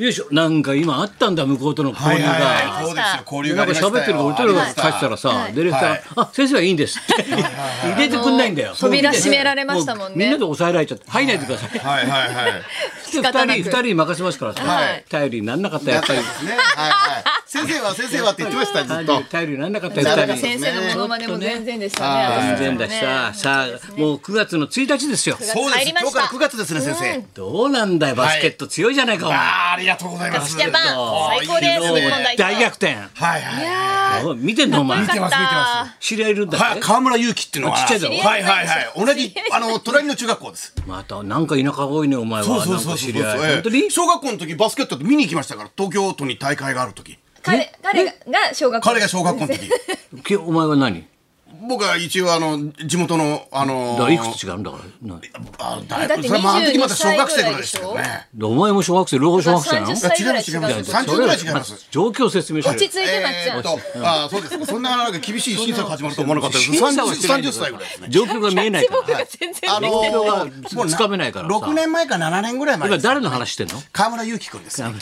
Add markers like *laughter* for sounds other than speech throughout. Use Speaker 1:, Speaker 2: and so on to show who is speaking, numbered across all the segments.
Speaker 1: よいしょなんか今あったんだ向こうとの交流が、
Speaker 2: いそうですよ交流が
Speaker 1: な
Speaker 2: あ
Speaker 1: んか
Speaker 2: りましたよ
Speaker 1: 喋ってるから俺とらが書いてたらさ、ディレクターが、
Speaker 2: はい
Speaker 1: あ先生はいいんです」って入れてくんないんだよ
Speaker 3: そう扉閉められましたもんね
Speaker 1: うみんなで抑えられちゃって「入らないでください」
Speaker 2: はいはいはい
Speaker 1: で
Speaker 3: 方なく
Speaker 1: 二人二人に任せますからさ、
Speaker 3: はい
Speaker 1: 頼りになんなかった
Speaker 2: や
Speaker 1: や
Speaker 2: っ
Speaker 1: っ
Speaker 2: ぱ
Speaker 1: ぱ
Speaker 2: り
Speaker 1: り
Speaker 2: ですねはいはい先生は先生はって言ってましたずっと
Speaker 1: 頼り頼りになんなかった
Speaker 2: な
Speaker 1: や
Speaker 2: ん
Speaker 1: っ
Speaker 2: か
Speaker 1: ぱ
Speaker 2: 先
Speaker 1: り
Speaker 3: 先生のモノマネも全然でしたね
Speaker 1: 全然だしさ、さあもう9月の1日ですよ
Speaker 2: そうです
Speaker 3: 入りま
Speaker 2: 今
Speaker 3: した
Speaker 2: 日から9月ですね先生
Speaker 1: どうなんだよバスケット強いじゃないか、お前
Speaker 2: あーありがとうございます
Speaker 3: ジャパン最高です
Speaker 2: おーいい
Speaker 3: 日本代表
Speaker 1: 大逆転
Speaker 2: はいはい
Speaker 1: おい見てんのお前
Speaker 3: 見てます見てます
Speaker 1: 知り合いいるんだっ
Speaker 2: は
Speaker 1: て
Speaker 2: い、河村勇輝っていうのは、
Speaker 1: ちっちゃいだろ
Speaker 2: はいはいはい、同じ、あの、隣の中学校です。
Speaker 1: またなんか田舎多いねお前はなんか知り合い
Speaker 2: ええ
Speaker 1: 本当に
Speaker 2: 小学校の時、バスケットって見に行きましたから、東京都に大会がある時。
Speaker 3: 彼彼がが小学校
Speaker 2: 彼が小学校の時。
Speaker 1: けお前は何
Speaker 2: 僕は一応、あの、地元の、あ
Speaker 1: だ
Speaker 2: の
Speaker 1: からいくつ違うんだからな
Speaker 2: あ大
Speaker 3: だって
Speaker 2: それまああの時まだ小学生ぐらい
Speaker 3: 22
Speaker 2: でしたけどね。
Speaker 1: でお前も小学生両方小学生なの
Speaker 3: 30
Speaker 2: い
Speaker 3: 歳
Speaker 2: や違います違いま
Speaker 3: 違う違う
Speaker 2: す。三十ぐらい違います。
Speaker 1: 状況を説明し
Speaker 3: 落ち
Speaker 1: て
Speaker 3: 着いてまっちゃ
Speaker 2: えー
Speaker 3: ん
Speaker 2: っと、あーそうですか。そんななんか厳しい審査が始まると思わなかったです。
Speaker 1: 審
Speaker 2: 三
Speaker 1: 査は
Speaker 2: 十
Speaker 1: してないんだよ
Speaker 2: 三十歳ぐらいですね。
Speaker 1: 状況が見えないか
Speaker 3: 僕
Speaker 1: ら
Speaker 3: が全然
Speaker 2: あの
Speaker 1: 目標が
Speaker 2: ーもうな
Speaker 1: つかめないからさ
Speaker 2: 六年前か七年ぐらい前
Speaker 1: 今
Speaker 2: です。
Speaker 1: 誰の話してんの
Speaker 2: 河村勇輝君です。
Speaker 3: 木村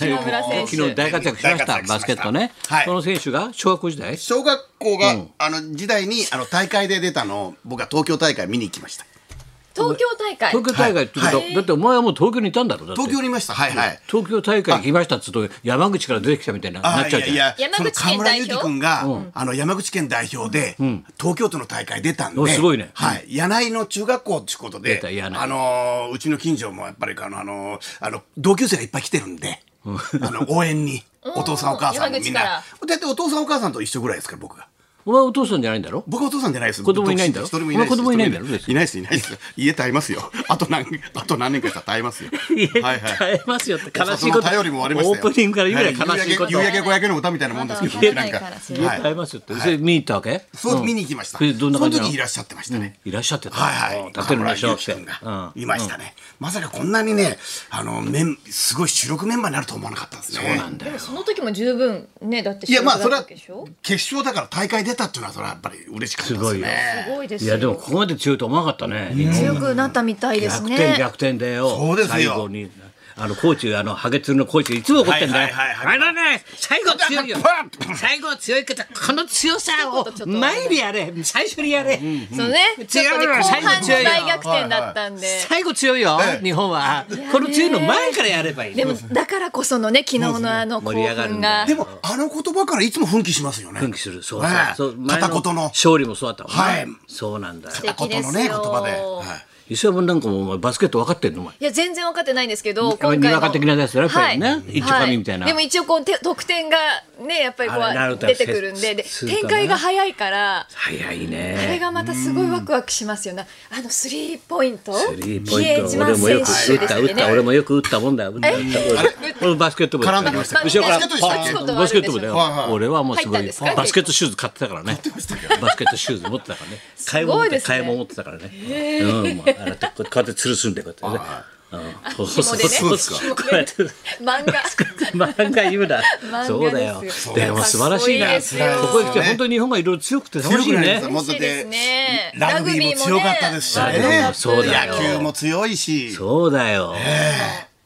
Speaker 3: 選手
Speaker 1: 昨日大活躍しまし
Speaker 2: 大活
Speaker 1: た
Speaker 2: 躍しま
Speaker 1: バス
Speaker 2: した
Speaker 1: ケットね
Speaker 2: はい
Speaker 1: その選手が小学校時代
Speaker 2: 小学校が、あの時代にあの大会で出たのを僕は東京大会見に行きました
Speaker 3: 東京大会
Speaker 1: 東京大会ってこと
Speaker 2: は
Speaker 1: だってお前はもう東京にいたんだろだって
Speaker 2: 東京にいましたはいはい
Speaker 1: 東京大会に来ましたっつうと山口から出てきたみたいななっちゃうじゃん
Speaker 2: や
Speaker 3: 山口県
Speaker 2: その河村ゆき君が、あの山口県代表で、東京都の大会出たん
Speaker 1: お
Speaker 2: で、
Speaker 1: すごいね
Speaker 2: はい、柳井の中学校ってことで
Speaker 1: 出た、柳井
Speaker 2: あのーうちの近所もやっぱりあのあのあの同級生がいっぱい来てるんで、あの応援にお父さんお母さんもみん
Speaker 3: 山
Speaker 2: な
Speaker 3: 口、
Speaker 2: だってお父さんお母さんと一緒ぐらいですから僕が。
Speaker 1: お前お父さんじゃないんだろ
Speaker 2: 僕はお父さんじゃないです。
Speaker 1: 子供いないんだろ
Speaker 2: 一人もいないで
Speaker 1: お前
Speaker 2: す。
Speaker 1: 子供いないんだろ
Speaker 2: 一人もいないです。いないです。いないです家と会いますよ。あと何、あと何年かしたら会い
Speaker 1: *laughs*
Speaker 2: ますよ。はいはい。
Speaker 1: 耐えますよって悲しいこと
Speaker 2: お里の頼りも終わりま
Speaker 1: オ
Speaker 2: したよ
Speaker 1: ープニングから言うぐらい悲しいこ
Speaker 2: は
Speaker 1: と
Speaker 2: 夕焼け夕焼け小焼けの歌みたいなもんですけど
Speaker 3: まだ
Speaker 2: ね。なんか。
Speaker 3: まだ
Speaker 2: は
Speaker 3: ま
Speaker 2: い
Speaker 3: だ
Speaker 1: 耐えますよってそれ見に行ったわけ
Speaker 2: そう、
Speaker 1: ん
Speaker 2: 見に行きました。
Speaker 1: それでどんな
Speaker 2: そ
Speaker 1: 感
Speaker 2: の
Speaker 1: じな
Speaker 2: 時い
Speaker 1: の
Speaker 2: らっしゃってましたね。
Speaker 1: いらっしゃってた
Speaker 2: はいはい。
Speaker 1: 立てるでしょ来て
Speaker 2: 河村勇輝君がいましたね。まさかこんなにね、あの、メン、すごい主力メンバーになると思わなかったんですね。
Speaker 1: そうなんだよ
Speaker 3: その時も十分ねだって
Speaker 2: いや、まあ、それは
Speaker 3: でしょ
Speaker 2: 決勝だから大会出たっていうのは、それはやっぱり嬉しかった
Speaker 1: す
Speaker 2: です
Speaker 1: ごいよ
Speaker 2: ね。
Speaker 3: すごいです
Speaker 1: い
Speaker 3: よ
Speaker 1: やでもここまで強いと思わなかったね日本
Speaker 3: 強くなったみたいです
Speaker 1: 逆転
Speaker 3: ね
Speaker 1: 逆転だよ
Speaker 2: そうですよ
Speaker 1: 最後にあのコーチあのハゲツルのコーチいつも怒ってんだよ
Speaker 2: はいはいはいはい
Speaker 1: あのね最後強いよ
Speaker 2: パン
Speaker 1: 最後は強いけどこの強さを
Speaker 3: ちょっとちょっと
Speaker 1: 前でやれ最初にやれ
Speaker 3: そうねちょっとね
Speaker 1: 強い
Speaker 3: 後半の
Speaker 1: 強いよ
Speaker 3: 大逆転だったんで
Speaker 1: 最後強いよ
Speaker 2: ええ
Speaker 1: 日本はこの強いの前からやればいい
Speaker 3: でもだからこそのね昨日のあの興
Speaker 1: 盛り上がるん
Speaker 3: 奮
Speaker 1: だよ
Speaker 3: が
Speaker 2: でも、あの言葉からいつも奮起しますよね。
Speaker 1: 奮起するそうそう
Speaker 2: ね
Speaker 1: そう前
Speaker 2: 片言の。
Speaker 1: 勝利もそうだったもんね
Speaker 2: はい
Speaker 1: そうなんだよ
Speaker 3: 敵
Speaker 2: 片言のね、
Speaker 3: です
Speaker 2: 言
Speaker 3: よ
Speaker 2: 葉で。はい
Speaker 1: 磯山なんかもお前バスケット分かってんのお前
Speaker 3: いや全然分かってないんですけど、
Speaker 1: に
Speaker 3: 今回の
Speaker 1: にわか的なやつだねやっぱりね一丁紙みたいな
Speaker 3: でも一応こうて得点がねやっぱりこ
Speaker 1: あれなる
Speaker 3: う
Speaker 1: と
Speaker 3: 出てくるんでで
Speaker 1: スーパーね
Speaker 3: 展開が早いから。
Speaker 1: 早いね
Speaker 3: あれがまたすごいワクワクしますよね。あのスリーポイント。
Speaker 1: スリーポイン
Speaker 3: 比
Speaker 1: ト
Speaker 3: 江島
Speaker 1: 俺もよく打
Speaker 3: 選手
Speaker 1: っ
Speaker 3: でしたた
Speaker 1: 打
Speaker 3: っ
Speaker 1: った
Speaker 3: けね
Speaker 1: 俺もよく打ったもんだよ打った打った俺バスケット部
Speaker 2: 絡んできましたよ
Speaker 1: 後ろから
Speaker 2: バスケットでしたっけ
Speaker 1: パーンとバスケット部だよ
Speaker 2: はいはい
Speaker 1: 俺はもうすご
Speaker 3: 入ったん
Speaker 1: い
Speaker 3: ですか
Speaker 1: バスケットシューズ買ってたからねバスケットシューズ持ってたからね買い物
Speaker 3: ご
Speaker 1: 持っ
Speaker 3: い
Speaker 1: て
Speaker 3: ですね
Speaker 1: 買い物持ってたからねうんもうあれこうやって吊るすんでこうやってねうんそうそうそうそうこうやって
Speaker 2: *laughs*
Speaker 3: 漫画。
Speaker 1: 漫画言うな
Speaker 3: 画です
Speaker 1: そうだよ
Speaker 3: そ
Speaker 1: でも素晴らしいな
Speaker 3: かっこいいですよ
Speaker 1: ここへ来て本当に日本がいろいろ強くて楽しい
Speaker 2: 強くなり
Speaker 1: ね
Speaker 2: ました
Speaker 3: 嬉しいですね。
Speaker 2: ラグビーも強かったですし
Speaker 1: ラグビー
Speaker 2: ね
Speaker 1: も。そうだよ
Speaker 2: 野球も強いし。
Speaker 1: そうだよ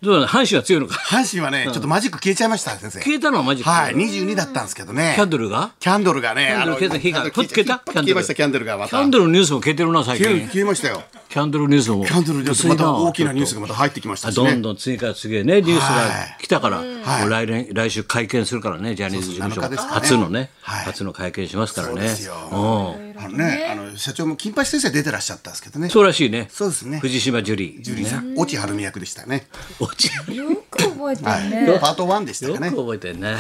Speaker 1: どうなの阪神は強いのか
Speaker 2: 阪神はね、ちょっとマジック消えちゃいました、先生。
Speaker 1: 消えたのはマジック
Speaker 2: はい、22だったんですけどね。
Speaker 1: キャンドルが
Speaker 2: キャンドルがね、あの、
Speaker 1: キャンドル消えた火が
Speaker 2: キャンドル
Speaker 1: 消えた
Speaker 2: 消えました、キャンドルがま
Speaker 1: キャン
Speaker 2: た。
Speaker 1: ドルのニュースも消えてるな最
Speaker 2: 消え
Speaker 1: 近
Speaker 2: 消えましたよ。
Speaker 1: キャンドルニュースも
Speaker 2: キャンドルで
Speaker 1: 薄い
Speaker 2: また大きなニュースがまた入ってきましたし
Speaker 1: どん
Speaker 2: ね。
Speaker 1: どん次から次へねニュースが来たから、
Speaker 2: はい
Speaker 1: もう来年来週会見するからねジャニーズ事務所
Speaker 2: そうです7日です
Speaker 1: 初
Speaker 2: かね
Speaker 1: のね、
Speaker 2: はい
Speaker 1: 初の会見しますからね
Speaker 2: そうですよ
Speaker 1: うん
Speaker 2: あのね、あの、社長も金八先生出てらっしゃったんですけどね。
Speaker 1: そうらしいね
Speaker 2: そうですね。
Speaker 1: 藤島ジュリー
Speaker 2: ジュリーさん、落合晴美役でしたね。
Speaker 1: 落ち
Speaker 3: よく覚えてるね。
Speaker 2: パート1でした
Speaker 1: よ
Speaker 2: か
Speaker 1: く
Speaker 2: ね。
Speaker 1: 覚えてるね、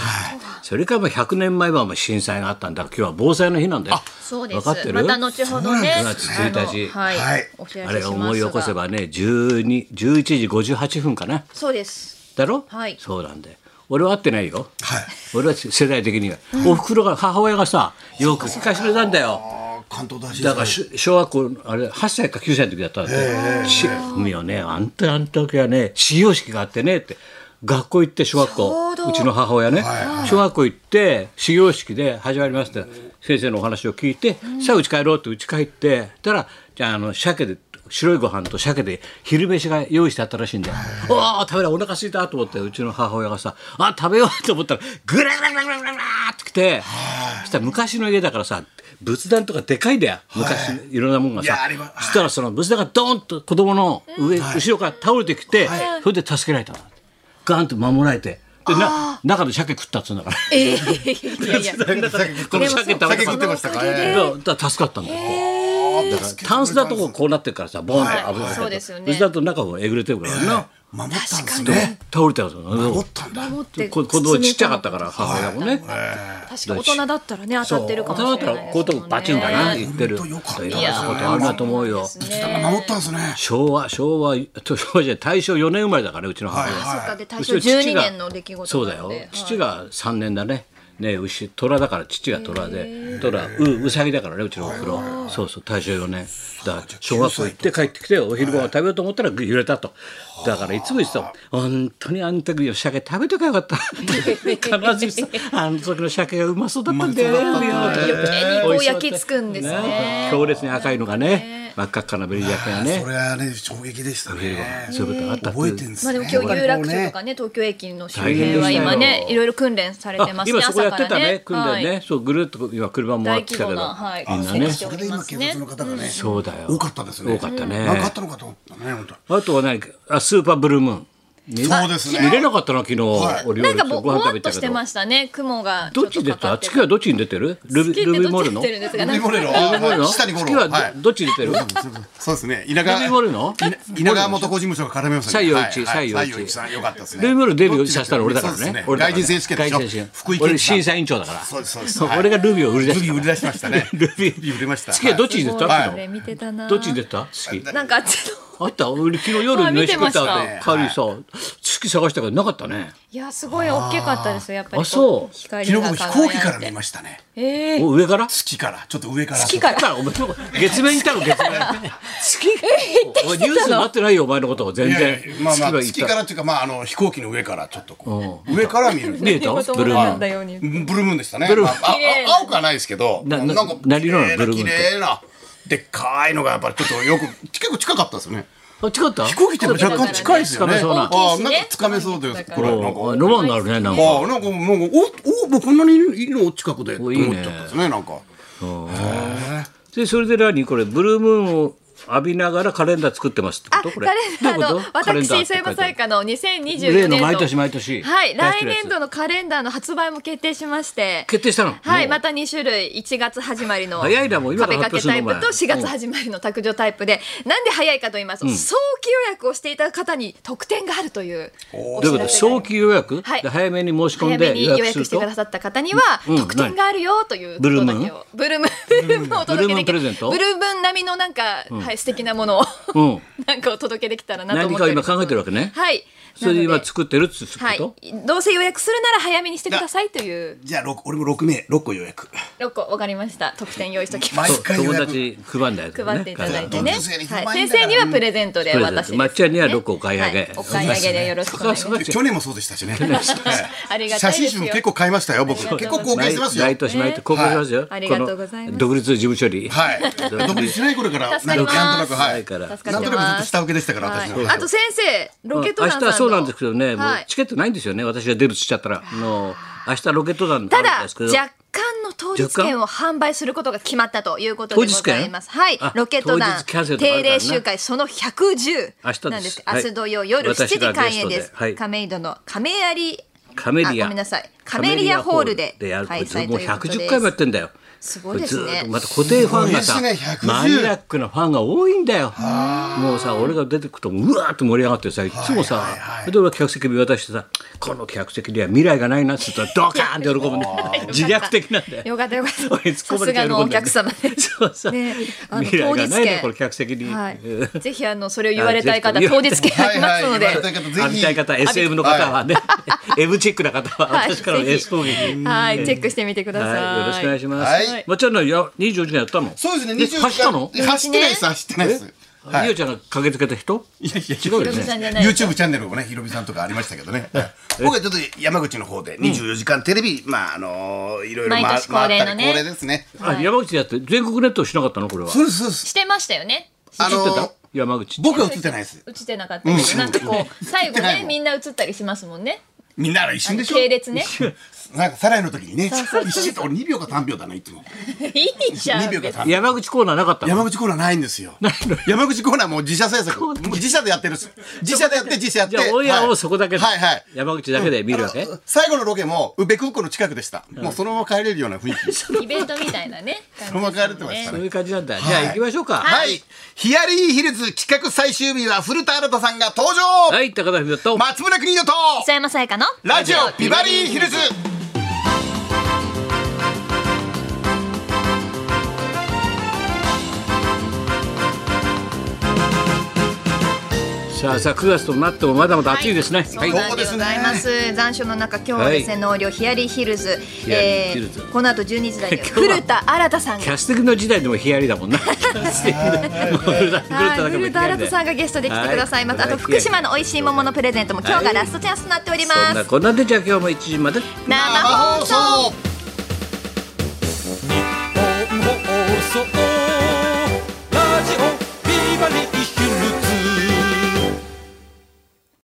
Speaker 1: それからもう100年前はもう震災があったんだから今日は防災の日なんだよ
Speaker 3: そうで
Speaker 1: 分かって
Speaker 3: す。
Speaker 1: る
Speaker 3: また後ほどね。
Speaker 1: そうなんですね
Speaker 3: あの
Speaker 1: 9月1日
Speaker 3: はい
Speaker 2: はい。
Speaker 3: お知ら
Speaker 1: あ
Speaker 3: せします
Speaker 1: れ
Speaker 3: が
Speaker 1: 思い起こせ。ばね12 11時58分かな
Speaker 3: そうです。
Speaker 1: だろ、
Speaker 3: はい
Speaker 1: そうなんで俺は会ってないよ
Speaker 2: はい。
Speaker 1: 俺は世代的には、おふくろが母親がさよく聞かせてくれたんだよ
Speaker 2: あー関東大震
Speaker 1: だから
Speaker 2: 災。
Speaker 1: し小学校あれ8歳か9歳の時だったんだけどし「海よねあんたあの時はね始業式があってね」って学校行って小学校
Speaker 3: ちょうど
Speaker 1: うちの母親ね、小学校行って始業式で始まりますって先生のお話を聞いて、さあうち帰ろうってうち帰ってたらじゃああの鮭で白いご飯と鮭で昼飯が用意してあったらしいんで「おお食べろお腹空いた」と思ってうちの母親がさ「あ食べよう」と思ったらぐらぐらぐらぐらぐらってきてそしたら昔の家だからさ仏壇とかでかいんだよ昔いろんなもんが
Speaker 2: いや
Speaker 1: さ
Speaker 2: あります
Speaker 1: そしたらその仏壇がドーンと子供の上後ろから倒れてきてそれで助けられたのガンと守られてでな中で鮭食ったっつうんだから。
Speaker 3: えー、 *laughs* いやいや。
Speaker 1: この鮭食べ
Speaker 2: 酒
Speaker 1: た
Speaker 2: 食ってましたか
Speaker 3: そのおかげ
Speaker 2: ね
Speaker 3: で
Speaker 1: だから助かったんだよ。だからタンスだとここうなってるからさボーンって危ない
Speaker 3: はいそうですよね
Speaker 1: うちだと中もえぐれてるからな
Speaker 2: 守ったんです
Speaker 3: 確
Speaker 2: ね
Speaker 1: 倒れてるから
Speaker 2: 守ったんだ
Speaker 3: 守って
Speaker 1: 子供はちっちゃかったから母親もね
Speaker 3: 確か大人だったらね当たってるかもしれ
Speaker 1: そう
Speaker 3: な
Speaker 1: 大人
Speaker 3: い
Speaker 1: だったら
Speaker 3: ですもんね。
Speaker 1: こういうとこバチンだな言ってるい
Speaker 2: 本当よかったです
Speaker 1: ろ
Speaker 2: ね
Speaker 1: んなことあるなと思うよ
Speaker 3: そうですね
Speaker 2: 守ったんですね
Speaker 1: 昭和昭和昭和じゃない大正4年生まれだからうちの母親
Speaker 2: はい
Speaker 3: そっかで大
Speaker 1: うち
Speaker 3: 正
Speaker 1: の父
Speaker 3: 12
Speaker 1: が
Speaker 3: 年の出来事
Speaker 1: そうだ
Speaker 3: なの
Speaker 1: よ
Speaker 3: で
Speaker 1: 父が3年だねね牛虎だから父が虎で虎ううさぎだからねうちのおふくろそうそう大正4年だから小学校行って帰ってきてお昼ご飯食べようと思ったら揺れたとだからいつも言ってたもん本当にあの時の鮭食べとかよか
Speaker 3: *laughs*
Speaker 1: った必ず言ってたあの時の鮭がうまそうだったんだよね
Speaker 3: 余計にこう焼きつくんですね。
Speaker 1: 強烈に赤いのがね真っ赤っかなベリジャケがね
Speaker 2: それはね衝撃でしたね
Speaker 1: そういうことがあったって
Speaker 2: 覚
Speaker 1: い
Speaker 2: え
Speaker 1: う
Speaker 2: てんです
Speaker 3: まあ
Speaker 2: ね
Speaker 3: でも今日有楽町とかね東京駅の周辺は今ねいろいろ訓練されてますね
Speaker 1: 今そこや
Speaker 3: 朝
Speaker 1: っ
Speaker 3: か
Speaker 1: てた
Speaker 3: ら
Speaker 1: ね
Speaker 3: ね。
Speaker 1: 訓練ね、
Speaker 3: はい。
Speaker 1: そうぐるっと今車も回っ
Speaker 3: 大
Speaker 1: てき
Speaker 3: 規
Speaker 1: たけ
Speaker 3: 模
Speaker 1: ど、
Speaker 3: なはい
Speaker 1: みんな
Speaker 2: ね
Speaker 1: ね
Speaker 3: あ
Speaker 2: それで今警察の方がね
Speaker 1: そうだよ
Speaker 2: 多かったですね
Speaker 1: 多かったね
Speaker 2: なんかあったのかと思ったね本当
Speaker 1: あとは何かあスーパーブルームーン見れ
Speaker 2: そうですね
Speaker 1: 見れなかったな昨日、
Speaker 2: はい
Speaker 1: 俺
Speaker 3: な
Speaker 1: 夜
Speaker 3: んか
Speaker 1: ご
Speaker 3: ぼぼ
Speaker 1: 飯
Speaker 3: わ
Speaker 1: 食
Speaker 3: っ
Speaker 1: べた
Speaker 3: と
Speaker 1: けど
Speaker 3: してましたね雲がち
Speaker 1: ど
Speaker 3: ょ
Speaker 1: っ
Speaker 3: と
Speaker 1: ち出
Speaker 3: か
Speaker 1: た
Speaker 3: か
Speaker 1: あ
Speaker 3: て
Speaker 1: 月はどっちに出てるルビルビモールの
Speaker 3: 好きってどっちに出てる
Speaker 2: ルビモ
Speaker 3: んですか
Speaker 2: レロ
Speaker 1: ルビモレロ
Speaker 2: 下にゴロ
Speaker 1: 月はど
Speaker 2: はい
Speaker 1: どっちに出てる
Speaker 2: そうですね稲
Speaker 1: ルビモレロ
Speaker 2: い稲川元小事務所が絡めました
Speaker 1: 西洋一
Speaker 2: はいはい
Speaker 1: 西洋一
Speaker 2: 西洋一さんよかったですね
Speaker 1: ルビモールデビューさせたの俺だから
Speaker 2: そう
Speaker 1: ね
Speaker 2: です
Speaker 1: 俺だか
Speaker 2: 外
Speaker 1: らね
Speaker 2: 人選手権でし
Speaker 1: 外人
Speaker 2: ょ
Speaker 1: 選手権
Speaker 2: 福井健太
Speaker 1: 俺審査委員長だから
Speaker 2: そうですそうです
Speaker 1: そう
Speaker 2: はい
Speaker 1: 俺がルビーを売り出した
Speaker 2: ルビー売り出しましたね
Speaker 1: ルビー
Speaker 2: *laughs* ルビー売りました
Speaker 1: 月はどっちに出た、
Speaker 2: はい
Speaker 1: 昨
Speaker 3: ね
Speaker 1: 日
Speaker 3: 見てたな。
Speaker 1: どっちに出た月
Speaker 3: なんかあっちの。
Speaker 1: あった俺昨日夜
Speaker 3: あ
Speaker 1: 飯
Speaker 3: 見て
Speaker 1: 食
Speaker 3: ま
Speaker 1: っ
Speaker 3: した
Speaker 1: た後帰りさ、月探したけどなかったね
Speaker 3: いやすごい大きかったですよやっぱりこ
Speaker 1: あそう
Speaker 3: 光
Speaker 2: 昨
Speaker 3: が
Speaker 2: 日
Speaker 3: 輝
Speaker 2: 僕
Speaker 3: いて
Speaker 2: 飛行機から見ましたね
Speaker 3: ええ
Speaker 1: お上から
Speaker 2: 月からちょっと上から
Speaker 3: 月から
Speaker 1: だからお前の月面行ったの月
Speaker 3: *laughs*
Speaker 1: 面月お前ニュースになってないよお前のこと全
Speaker 2: いやい
Speaker 1: 然
Speaker 2: やまあまあ
Speaker 1: は行
Speaker 2: 月からっていうかまああの飛行機の上からちょっとこう上から見る
Speaker 1: 見えた
Speaker 3: 子
Speaker 1: ブ
Speaker 3: 供
Speaker 1: ル
Speaker 3: な
Speaker 1: ー
Speaker 3: ん
Speaker 1: ム
Speaker 3: だように
Speaker 2: ブルームーンでしたね。
Speaker 1: ブルームーン
Speaker 2: まああ
Speaker 3: 綺麗
Speaker 2: あ青くはないですけど、
Speaker 1: なな
Speaker 2: なんか
Speaker 1: 何色なのブルームーンっ
Speaker 2: 綺
Speaker 1: て
Speaker 2: 麗なでっかいのがやっぱりちょっとよく結構近かったですよね。
Speaker 1: あ近かった
Speaker 2: 飛行機ってやっぱ若干近いですよね。
Speaker 1: つかめそうな
Speaker 2: ああ
Speaker 3: 大きいし
Speaker 2: な
Speaker 3: ね
Speaker 2: んかつかめそうです。これなんか。
Speaker 1: おロマンがあるねなんか
Speaker 2: ああなんかもうなんかおおもうこんなにいいの近くでと
Speaker 1: おいいね
Speaker 2: 思っちゃったですねなんか。
Speaker 1: でそれで何これブルームーンを浴びながらカレンダー作ってますって
Speaker 3: あ、
Speaker 1: ことこれ
Speaker 3: カレンダー
Speaker 1: どうい
Speaker 3: の
Speaker 1: うことカレンダー
Speaker 3: 私
Speaker 1: って書いてあ
Speaker 3: 磯山
Speaker 1: る
Speaker 3: 彩花の
Speaker 1: 例
Speaker 3: 2024年
Speaker 1: の
Speaker 3: 度
Speaker 1: 毎年毎年
Speaker 3: はい、
Speaker 1: 出して
Speaker 3: 来
Speaker 1: るやつ
Speaker 3: 年度のカレンダーの発売も決定しまして。
Speaker 1: 決定したの
Speaker 3: はい、
Speaker 1: もう
Speaker 3: また2種類1月始ま
Speaker 1: *laughs*
Speaker 3: りの
Speaker 1: 早いなもう今から
Speaker 3: 壁
Speaker 1: 発
Speaker 3: 掛
Speaker 1: 表
Speaker 3: け
Speaker 1: する
Speaker 3: タ
Speaker 1: のお前
Speaker 3: イプと4月始まりの卓上タイプでなんで早いかと言いますと早期予約をしていた方に特典があるというお
Speaker 1: どういう
Speaker 3: 知
Speaker 1: こと
Speaker 3: らせが
Speaker 1: 早期予約、
Speaker 3: はい
Speaker 1: で早めに申し込ん
Speaker 3: 早め
Speaker 1: で
Speaker 3: に
Speaker 1: 予
Speaker 3: 予
Speaker 1: 約す
Speaker 3: 約
Speaker 1: る
Speaker 3: して
Speaker 1: と
Speaker 3: くださった方には
Speaker 1: うん
Speaker 3: 特典があるよということだけをブルームブルームをお届けで
Speaker 1: ブ
Speaker 3: き
Speaker 1: ルームプレ
Speaker 3: る
Speaker 1: ゼント
Speaker 3: ブルーム並みのなんかはい素敵なものを
Speaker 1: うん、
Speaker 3: なんかお届けできたらなと
Speaker 1: 何
Speaker 3: 思っ
Speaker 1: か
Speaker 3: て
Speaker 1: を
Speaker 3: お
Speaker 1: 今
Speaker 3: ります
Speaker 1: 考えてるわけね、
Speaker 3: はい
Speaker 1: それで
Speaker 3: なの
Speaker 1: 今作ってるっつうこと、
Speaker 3: はい、どうせ予約するなら早めにしてくださいという
Speaker 2: じゃあ六俺も六名六個予約。
Speaker 3: 6個わかりました特典用意しときま
Speaker 2: 毎
Speaker 3: す
Speaker 1: そう
Speaker 2: 回予
Speaker 1: 友
Speaker 2: 約。
Speaker 1: 達配んだやつね
Speaker 3: 配っていただいてね、
Speaker 2: 同
Speaker 3: は
Speaker 2: 級
Speaker 3: い、
Speaker 2: 生に
Speaker 3: 先
Speaker 2: 配んだ
Speaker 3: 生にはプレゼントで
Speaker 1: プレゼント
Speaker 3: 私です
Speaker 1: まっちゃんには六個お買い上げ
Speaker 3: はいお買い上げでよろしくお願いします
Speaker 2: で去年もそうでしたしね。
Speaker 3: ありがた
Speaker 2: 写真
Speaker 3: いです
Speaker 2: 集
Speaker 3: よ
Speaker 2: も結構買いましたよ僕。
Speaker 3: ありがと
Speaker 2: 結
Speaker 3: う
Speaker 2: 構
Speaker 3: ござい
Speaker 2: 貢献して
Speaker 3: ます
Speaker 2: ますよ。
Speaker 1: 毎年毎年公開しますよ、
Speaker 3: はいありがとうございます
Speaker 1: この独立事務処理
Speaker 2: はい。独立しない頃から、なん
Speaker 3: 助かります
Speaker 2: なんとなく、は。
Speaker 1: ないいから
Speaker 2: なん
Speaker 1: 助
Speaker 2: と
Speaker 1: か
Speaker 2: な
Speaker 1: っ
Speaker 2: く
Speaker 1: て
Speaker 2: ず
Speaker 1: ます
Speaker 2: っと下請けでしたから、私の。
Speaker 3: はい、あと先生ロケット
Speaker 1: 明
Speaker 3: 団さん
Speaker 1: 日
Speaker 3: の
Speaker 1: はそうなんですけどね、も
Speaker 3: は
Speaker 1: う
Speaker 3: い
Speaker 1: チケットないんですよね私が出るとしちゃったらもう明日ロケット団
Speaker 3: た
Speaker 1: あ
Speaker 3: だ
Speaker 1: るんですけ
Speaker 3: 若
Speaker 1: ど
Speaker 3: 干の当日券を販売することが決まったということでございます
Speaker 1: 当日券
Speaker 3: はい
Speaker 1: あ
Speaker 3: ロケット
Speaker 1: 当
Speaker 3: 団
Speaker 1: 日キャンセルとかある
Speaker 3: 定
Speaker 1: からな
Speaker 3: 例集会その110
Speaker 1: 明日です
Speaker 3: なんです
Speaker 1: はい
Speaker 3: 明日土曜夜7
Speaker 1: 私
Speaker 3: 時
Speaker 1: がゲストで
Speaker 3: 開演です、
Speaker 1: はい
Speaker 3: 亀戸の亀有
Speaker 1: カメリ
Speaker 3: あ
Speaker 1: ア
Speaker 3: ごめんなさいカメリアホールで
Speaker 1: カメリアホー
Speaker 3: 開
Speaker 1: ルでやる
Speaker 3: 催
Speaker 1: もう
Speaker 3: ということ
Speaker 1: 110
Speaker 3: で
Speaker 1: 回もや
Speaker 3: す
Speaker 1: ってんだよ
Speaker 3: すごいですね
Speaker 1: ずっとまた固定ファンがさ、
Speaker 2: すごいですね110
Speaker 1: マニアックなファンが多いんだよもうさ俺が出てくるとうわーっと盛り上がってさいつもさ、で俺は客席見渡してさこの客席には未来がないなっつったらドカーンって喜ぶん
Speaker 3: *laughs*
Speaker 1: だよ自虐的なんだよ
Speaker 3: よかったよか
Speaker 1: 俺
Speaker 3: っ
Speaker 1: *laughs*
Speaker 3: た
Speaker 1: 突
Speaker 3: さ
Speaker 1: っ込ますれちゃ喜んで
Speaker 3: がのお客様で
Speaker 1: そうそう、
Speaker 3: ねあの
Speaker 1: 未来がない
Speaker 3: 当日
Speaker 1: ね
Speaker 3: 券
Speaker 1: これ客席に、 *laughs*
Speaker 3: はい、ぜひあのそれを言われたい方
Speaker 1: あぜひ
Speaker 3: 当日券ありますので
Speaker 2: 言われたい方、ぜ
Speaker 1: あり
Speaker 2: ひ。
Speaker 1: たい方 SM の方はね、 *laughs* エブチックな方は
Speaker 3: はい
Speaker 1: 私からのエス攻撃に
Speaker 3: はいチェックしてみてください、
Speaker 1: はい、よろしくお願いします。
Speaker 2: はい
Speaker 1: まっちゃんのや二十時間やったの。
Speaker 2: そうですね、二十
Speaker 1: 走ったの？
Speaker 2: 走ってないです、走ってないです。
Speaker 1: は
Speaker 2: は
Speaker 1: い、
Speaker 2: い
Speaker 1: ゆうちゃんが駆けつけた人？
Speaker 2: いやいや
Speaker 1: 違うよ
Speaker 3: ひろみさ
Speaker 1: ね。
Speaker 3: んじゃない
Speaker 2: YouTube チャンネルもね、ひろみさんとかありましたけどね。はい僕はちょっと山口の方で、24時間テレビ、まあ、あのー、いろいろ回
Speaker 3: 毎年恒例
Speaker 2: 回
Speaker 3: のね
Speaker 2: 恒例ですね。
Speaker 1: あ、山口でやって全国ネットしなかったのこれは。
Speaker 2: そうです、そうです。
Speaker 3: してましたよね
Speaker 2: あの
Speaker 1: 知ってた
Speaker 2: ー、
Speaker 1: 山口
Speaker 2: 僕は映ってないです。
Speaker 3: 映ってなかったです、なん
Speaker 1: *laughs*
Speaker 3: かこう最後ねみんな映ったりしますもんね
Speaker 2: みんなら一
Speaker 3: あ
Speaker 2: 瞬
Speaker 3: の
Speaker 2: でしょ
Speaker 3: 系列ね
Speaker 2: なんか、サライの時にね
Speaker 3: そうそう、
Speaker 2: 一瞬って俺2秒か3秒だな、いつも。
Speaker 3: いいじゃん
Speaker 2: 2秒か3秒。
Speaker 1: 山口コーナーなかったの
Speaker 2: 山口コーナーないんですよ。山口コーナーもう自社制作。もう自社でやってるっす。自社でやって、自社やって。
Speaker 1: じゃあオンエア
Speaker 2: は
Speaker 1: を
Speaker 2: い
Speaker 1: そこだけで
Speaker 2: はいはい。
Speaker 1: 山口だけで見るわけ
Speaker 2: あの最後のロケも、宇部空港の近くでした。もうそのまま帰れるような雰囲気。そ
Speaker 3: イベントみたいなね
Speaker 2: のまま帰れてました
Speaker 1: そう
Speaker 2: ね。
Speaker 1: いう感じなんだじゃあ行きましょうかは
Speaker 2: はい。ヒアリーヒルズ企画最終日は古田新太さんが登
Speaker 1: い
Speaker 2: 場
Speaker 1: はい高田文夫と
Speaker 2: 松村邦洋と
Speaker 3: 磯山さやかの
Speaker 2: ラジオビバリーヒルズ
Speaker 1: さあさあ9月となってもまだまだ暑いですね
Speaker 3: は、
Speaker 1: はいい
Speaker 3: そうなんでございます。残暑の中、今日はですね、納涼ヒヤリヒルズ。
Speaker 1: ヒヤリヒルズ
Speaker 3: えーこの後12時台に
Speaker 1: *laughs* 今
Speaker 3: は
Speaker 1: 日は
Speaker 3: 古田新太さん
Speaker 1: キ
Speaker 3: が。
Speaker 1: ャスティングの時代でもヒヤリだもんなキャスティングもう古田
Speaker 3: はい、
Speaker 1: だけも
Speaker 3: 古
Speaker 1: ヒ
Speaker 3: 田
Speaker 1: ヤ
Speaker 3: 新
Speaker 1: リ
Speaker 3: 太
Speaker 1: で
Speaker 3: さんがゲストで来てください。
Speaker 1: はい
Speaker 3: また、あと
Speaker 1: はい
Speaker 3: 福島の美味しい桃のプレゼントも、今日がラストチャンスとなっておりま
Speaker 1: そんな
Speaker 3: す。
Speaker 1: こんなでじゃあ今日も1時まで
Speaker 3: 生
Speaker 2: 生
Speaker 3: 放
Speaker 2: 放
Speaker 3: 送。
Speaker 2: 送